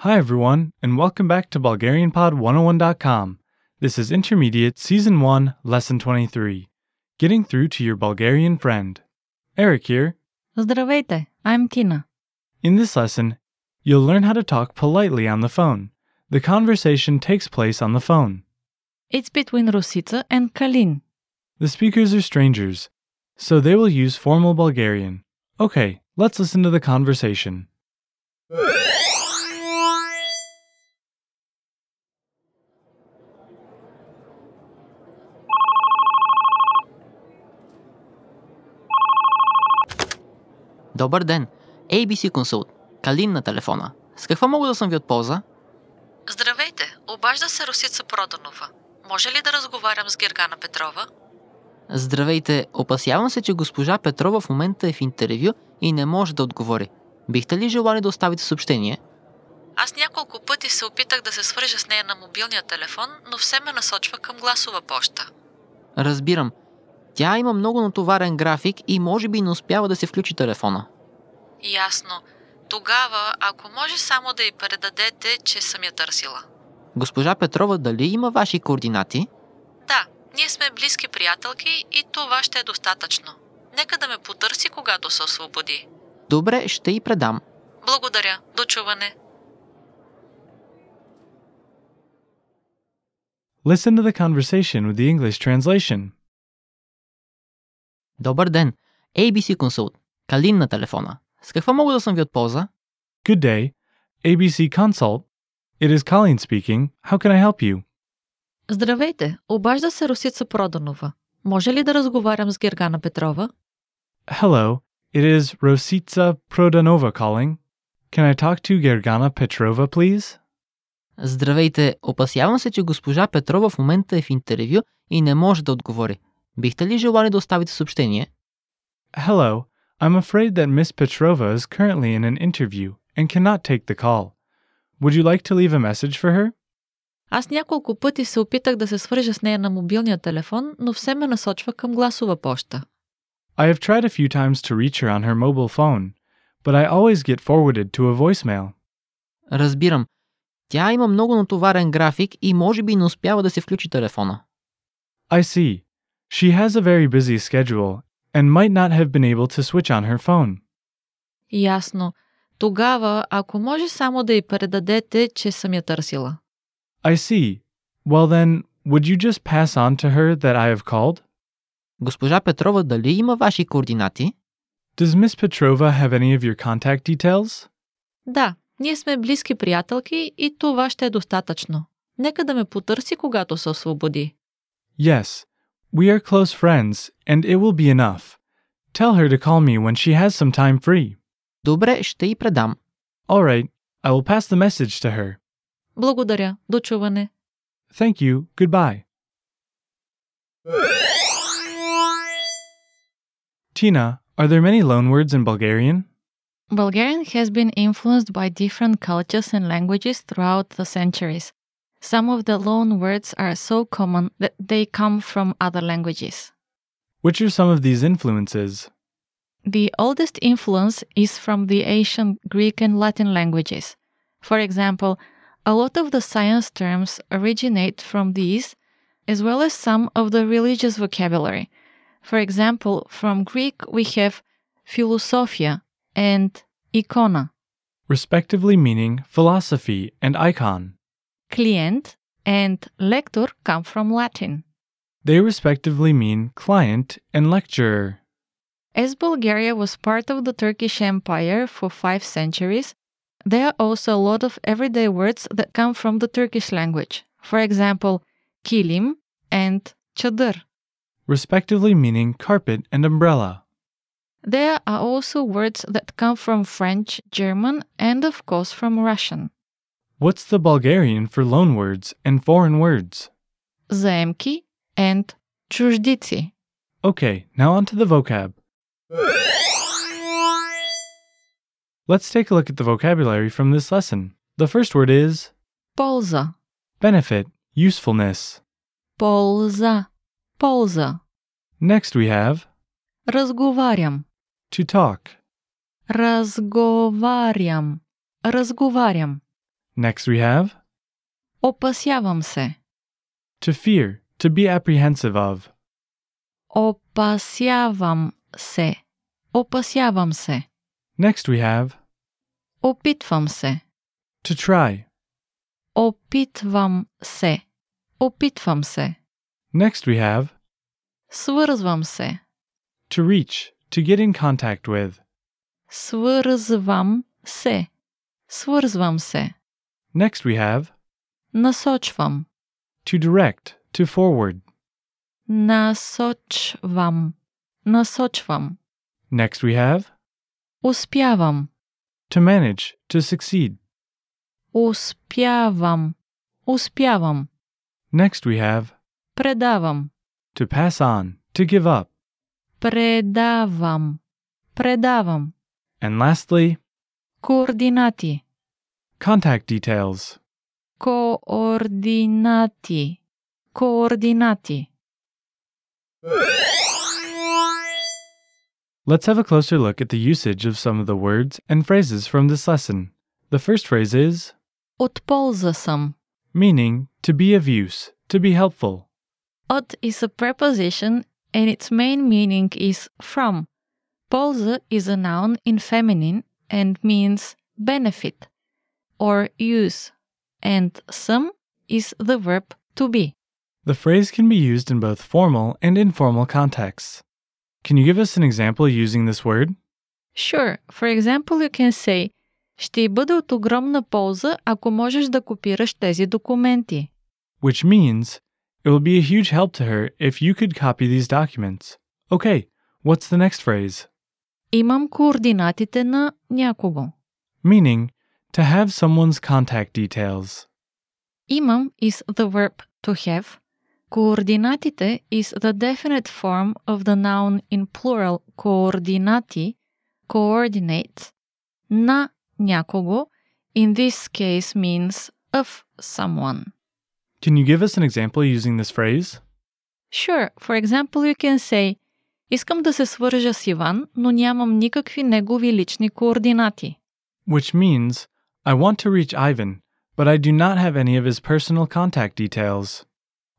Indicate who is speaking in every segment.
Speaker 1: Hi, everyone, and welcome back to BulgarianPod101.com. This is Intermediate Season 1, Lesson 23 Getting Through to Your Bulgarian Friend. Eric here.
Speaker 2: Здравейте, I'm Kina.
Speaker 1: In this lesson, you'll learn how to talk politely on the phone. The conversation takes place on the phone.
Speaker 2: It's between Rusica and Kalin.
Speaker 1: The speakers are strangers, so they will use formal Bulgarian. Okay, let's listen to the conversation.
Speaker 3: Добър ден! ABC Consult. Калин на телефона. С какво мога да съм ви от полза?
Speaker 4: Здравейте, обажда се Русица Проданова. Може ли да разговарям с Гергана Петрова?
Speaker 3: Здравейте! Опасявам се, че госпожа Петрова в момента е в интервю и не може да отговори. Бихте ли желали да оставите съобщение?
Speaker 4: Аз няколко пъти се опитах да се свържа с нея на мобилния телефон, но все ме насочва към гласова поща.
Speaker 3: Разбирам. Тя има много натоварен график и може би не успява да се включи телефона.
Speaker 4: Ясно. Тогава, ако може само да й предадете, че съм я търсила.
Speaker 3: Госпожа Петрова, дали има ваши координати?
Speaker 4: Да, ние сме близки приятелки и това ще е достатъчно. Нека да ме потърси, когато се освободи.
Speaker 3: Добре, ще й предам.
Speaker 4: Благодаря. Дочуване.
Speaker 1: Listen to the conversation with the English translation.
Speaker 3: Добър ден! ABC Consult. Калин на телефона. С какво мога да съм ви от полза?
Speaker 1: Good day, ABC Consult. It is Colleen speaking. How can I help you?
Speaker 4: Здравейте, обажда се Русица Проданова. Може ли да разговарям с Гергана Петрова?
Speaker 1: Hello, it is Rositsa Prodanova calling. Can I talk to Gergana Petrova, please?
Speaker 3: Здравейте, опасявам се, че госпожа Петрова в момента е в интервю и не може да отговори. Бихте ли желали да оставите съобщение?
Speaker 1: Hello, I'm afraid that Miss Petrova is currently in an interview and cannot take the call. Would you like to leave a message for her?
Speaker 4: Аз няколко пъти се опитах да се свържа с нея на мобилния телефон, но все ме насочва към гласова поща.
Speaker 1: I have tried a few times to reach her on her mobile phone, but I always get forwarded to a voicemail.
Speaker 3: Разбирам. Тя има много натоварен график и може би не успява да се включи телефона.
Speaker 1: I see. She has a very busy schedule and might not have been able to switch on her phone.
Speaker 4: Ясно. Тогава, ако може само да й предадете, че съм я търсила.
Speaker 1: I see. Well, then, would you just pass on to her that I have called?
Speaker 3: Госпожа Петрова, дали има ваши координати?
Speaker 1: Does Miss Petrova have any of your contact details?
Speaker 4: Да, ние сме близки приятелки и това ще е достатъчно. Нека да ме потърси, когато се освободи.
Speaker 1: Yes. We are close friends, and it will be enough. Tell her to call me when she has some time free.
Speaker 3: Добре, ще й предам.
Speaker 1: All right, I will pass the message to her.
Speaker 4: Благодаря. Дочуване.
Speaker 1: Thank you, goodbye. Tina, are there many loanwords in Bulgarian?
Speaker 2: Bulgarian has been influenced by different cultures and languages throughout the centuries. Some of the loan words are so common that they come from other languages.
Speaker 1: Which are some of these influences?
Speaker 2: The oldest influence is from the ancient Greek and Latin languages. For example, a lot of the science terms originate from these, as well as some of the religious vocabulary. For example, from Greek we have philosophia and ikona,
Speaker 1: respectively meaning philosophy and icon.
Speaker 2: client and lector come from Latin.
Speaker 1: They respectively mean client and lecturer.
Speaker 2: As Bulgaria was part of the Turkish Empire for five centuries, there are also a lot of everyday words that come from the Turkish language. For example, kilim and çadır.
Speaker 1: respectively meaning carpet and umbrella.
Speaker 2: There are also words that come from French, German, and of course from Russian.
Speaker 1: What's the Bulgarian for loanwords and foreign words?
Speaker 2: Заемки and чуждици.
Speaker 1: Okay, now on to the vocab. Let's take a look at the vocabulary from this lesson. The first word is
Speaker 2: Полза,
Speaker 1: benefit, usefulness.
Speaker 2: полза, полза.
Speaker 1: Next we have
Speaker 2: Разговарям,
Speaker 1: to talk.
Speaker 2: разговарям, разговарям.
Speaker 1: Next we have
Speaker 2: Опасявам се.
Speaker 1: to fear, to be apprehensive of.
Speaker 2: Опасявам се. Опасявам се.
Speaker 1: Next we have
Speaker 2: Опитвам се.
Speaker 1: to try.
Speaker 2: Опитвам се. Опитвам се.
Speaker 1: Next we have
Speaker 2: Свързвам се.
Speaker 1: to reach, to get in contact with.
Speaker 2: Свързвам се. Свързвам се.
Speaker 1: Next we have
Speaker 2: Насочвам.
Speaker 1: to direct, to forward.
Speaker 2: Насочвам. Насочвам.
Speaker 1: Next we have
Speaker 2: Успявам.
Speaker 1: to manage, to succeed.
Speaker 2: Успявам. Успявам.
Speaker 1: Next we have
Speaker 2: Предавам.
Speaker 1: to pass on, to give up.
Speaker 2: Предавам. Предавам.
Speaker 1: And lastly,
Speaker 2: Координати.
Speaker 1: contact details.
Speaker 2: Координати. Координати.
Speaker 1: Let's have a closer look at the usage of some of the words and phrases from this lesson. The first phrase is
Speaker 2: От полза съм.
Speaker 1: meaning to be of use, to be helpful.
Speaker 2: От is a preposition and its main meaning is from. Полза is a noun in feminine and means benefit or use, and some is the verb to be.
Speaker 1: The phrase can be used in both formal and informal contexts. Can you give us an example using this word?
Speaker 2: Sure, for example, you can say Ще бъде от огромна полза, ако можеш да копираш тези документи.
Speaker 1: Which means it will be a huge help to her if you could copy these documents. Okay, what's the next phrase?
Speaker 2: Имам координатите на някого.
Speaker 1: Meaning to have someone's contact details.
Speaker 2: Имам is the verb to have. Координатите is the definite form of the noun in plural координати, coordinate, на някого, in this case means of someone.
Speaker 1: Can you give us an example using this phrase?
Speaker 2: Sure, for example you can say Искам да се свържа с Иван, но нямам никакви негови лични координати.
Speaker 1: Which means, I want to reach Ivan, but I do not have any of his personal contact details.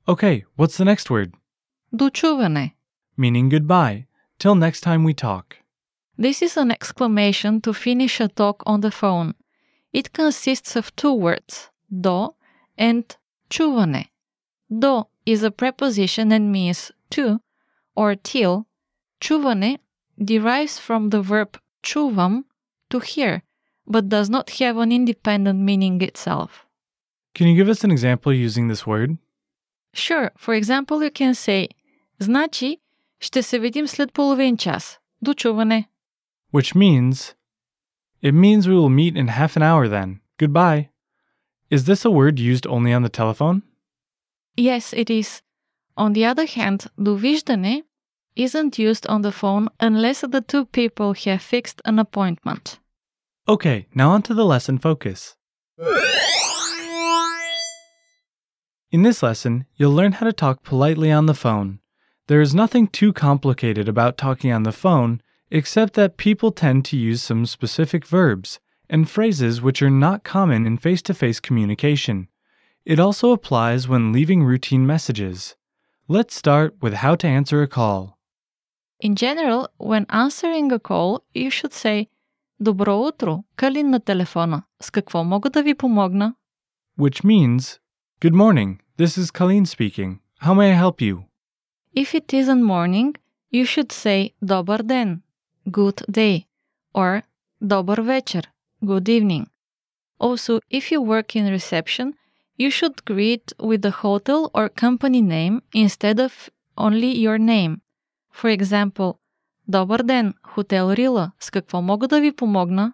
Speaker 1: Okay, what's the next word?
Speaker 2: Дочуване.
Speaker 1: Meaning goodbye. Till next time we talk.
Speaker 2: This is an exclamation to finish a talk on the phone. It consists of two words, do and чуване. Do is a preposition and means to or till. Чуване derives from the verb чувам, to hear, but does not have an independent meaning itself.
Speaker 1: Can you give us an example using this word?
Speaker 2: Sure, for example, you can say Значи, ще се видим след половин час. До чуване.
Speaker 1: Which means, it means we will meet in half an hour then. Goodbye. Is this a word used only on the telephone?
Speaker 2: Yes, it is. On the other hand, довиждане isn't used on the phone unless the two people have fixed an appointment.
Speaker 1: Okay, now on to the lesson focus. In this lesson, you'll learn how to talk politely on the phone. There is nothing too complicated about talking on the phone, except that people tend to use some specific verbs and phrases which are not common in face to face communication. It also applies when leaving routine messages. Let's start with how to answer a call.
Speaker 2: In general, when answering a call, you should say Добро утро, Калин на телефона. С какво мога да ви помогна?
Speaker 1: which means, Good morning, this is Colleen speaking. How may I help you?
Speaker 2: If it isn't morning, you should say Добър ден, good day, or Добър вечер, good evening. Also, if you work in reception, you should greet with the hotel or company name instead of only your name. For example, Добър ден, хотел Рила, с какво мога да ви помогна?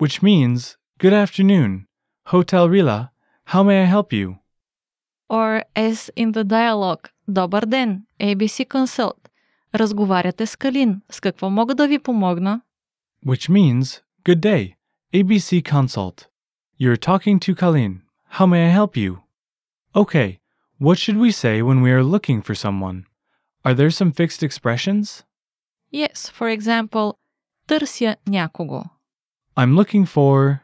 Speaker 1: which means, Good afternoon, Hotel Rila, how may I help you?
Speaker 2: Or as in the dialogue, Добър ден, ABC Consult. Разговаряте с Калин, с какво мога да ви помогна?
Speaker 1: which means, Good day, ABC Consult. You're talking to Colleen, how may I help you? Okay, what should we say when we are looking for someone? Are there some fixed expressions?
Speaker 2: Yes, for example, търся някого.
Speaker 1: I'm looking for,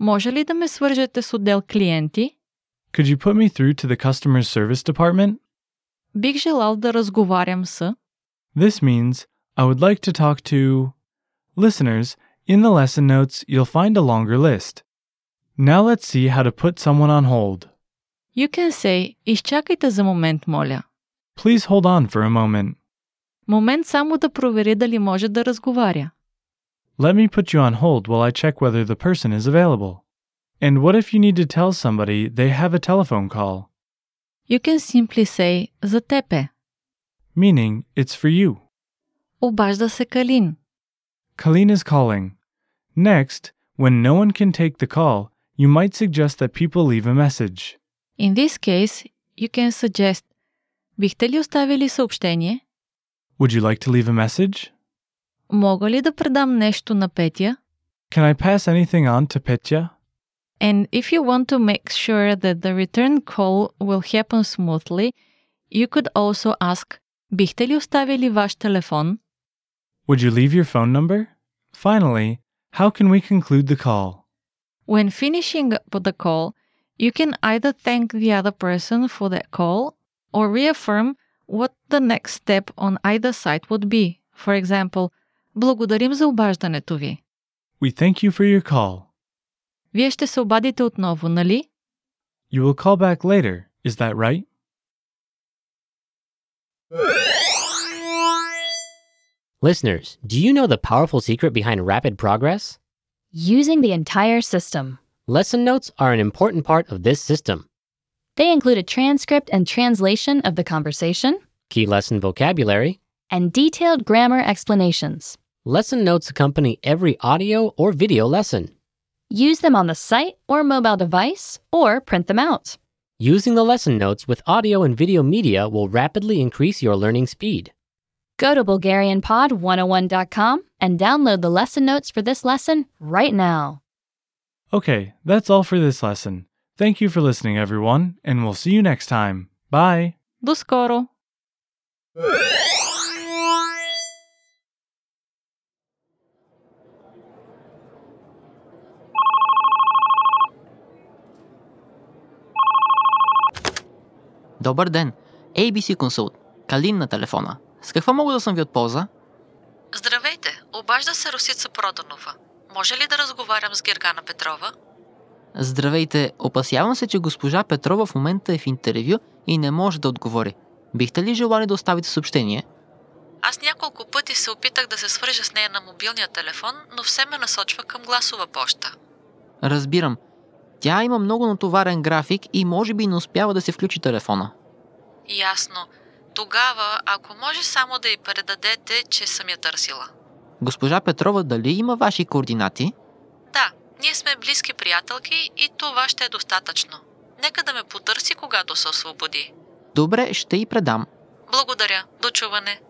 Speaker 2: Може ли да ме свържете с отдел клиенти?
Speaker 1: Could you put me through to the customer service department?
Speaker 2: Бих желал да разговарям с...
Speaker 1: This means I would like to talk to. Listeners, in the lesson notes, you'll find a longer list. Now let's see how to put someone on hold.
Speaker 2: You can say, изчакайте за момент, моля.
Speaker 1: Please hold on for a moment.
Speaker 2: Момент само да провери дали може да разговаря.
Speaker 1: Let me put you on hold while I check whether the person is available. And what if you need to tell somebody they have a telephone call?
Speaker 2: You can simply say, за теб е.
Speaker 1: Meaning, it's for you.
Speaker 2: Обажда се Калин.
Speaker 1: Colleen is calling. Next, when no one can take the call, you might suggest that people leave a message.
Speaker 2: In this case, you can suggest, бихте ли оставили съобщение?
Speaker 1: Would you like to leave a message?
Speaker 2: Мога ли да предам нещо на Петя?
Speaker 1: Can I pass anything on to Petya?
Speaker 2: And if you want to make sure that the return call will happen smoothly, you could also ask, бихте ли оставили ваш телефон?
Speaker 1: Would you leave your phone number? Finally, how can we conclude the call?
Speaker 2: When finishing up the call, you can either thank the other person for the call or reaffirm what the next step on either side would be. For example, благодарим за обаждането ви.
Speaker 1: We thank you for your call.
Speaker 2: Вие ще се обадите отново, нали?
Speaker 1: You will call back later, is that right?
Speaker 5: Listeners, do you know the powerful secret behind rapid progress?
Speaker 6: using the entire system.
Speaker 5: Lesson notes are an important part of this system.
Speaker 6: They include a transcript and translation of the conversation
Speaker 5: Key lesson vocabulary.
Speaker 6: and detailed grammar explanations.
Speaker 5: Lesson notes accompany every audio or video lesson.
Speaker 6: Use them on the site or mobile device or print them out.
Speaker 5: Using the lesson notes with audio and video media will rapidly increase your learning speed.
Speaker 6: Go to BulgarianPod101.com and download the lesson notes for this lesson right now.
Speaker 1: Okay, that's all for this lesson. Thank you for listening, everyone, and we'll see you next time. Bye.
Speaker 2: До скоро!
Speaker 3: Добър ден. ABC Consult. Калин на телефона. С какво мога да съм ви от полза?
Speaker 4: Здравейте, обажда се Русица Проданова. Може ли да разговарям с Гергана Петрова?
Speaker 3: Здравейте. Опасявам се, че госпожа Петрова в момента е в интервю и не може да отговори. Бихте ли желали да оставите съобщение?
Speaker 4: Аз няколко пъти се опитах да се свържа с нея на мобилния телефон, но все ме насочва към гласова поща.
Speaker 3: Разбирам. Тя има много натоварен график и може би не успява да се включи телефона.
Speaker 4: Ясно. Тогава, ако може само да й предадете, че съм я търсила.
Speaker 3: Госпожа Петрова, дали има ваши координати?
Speaker 4: Да, ние сме близки приятелки и това ще е достатъчно. Нека да ме потърси, когато се освободи.
Speaker 3: Добре, ще й предам.
Speaker 4: Благодаря. Дочуване.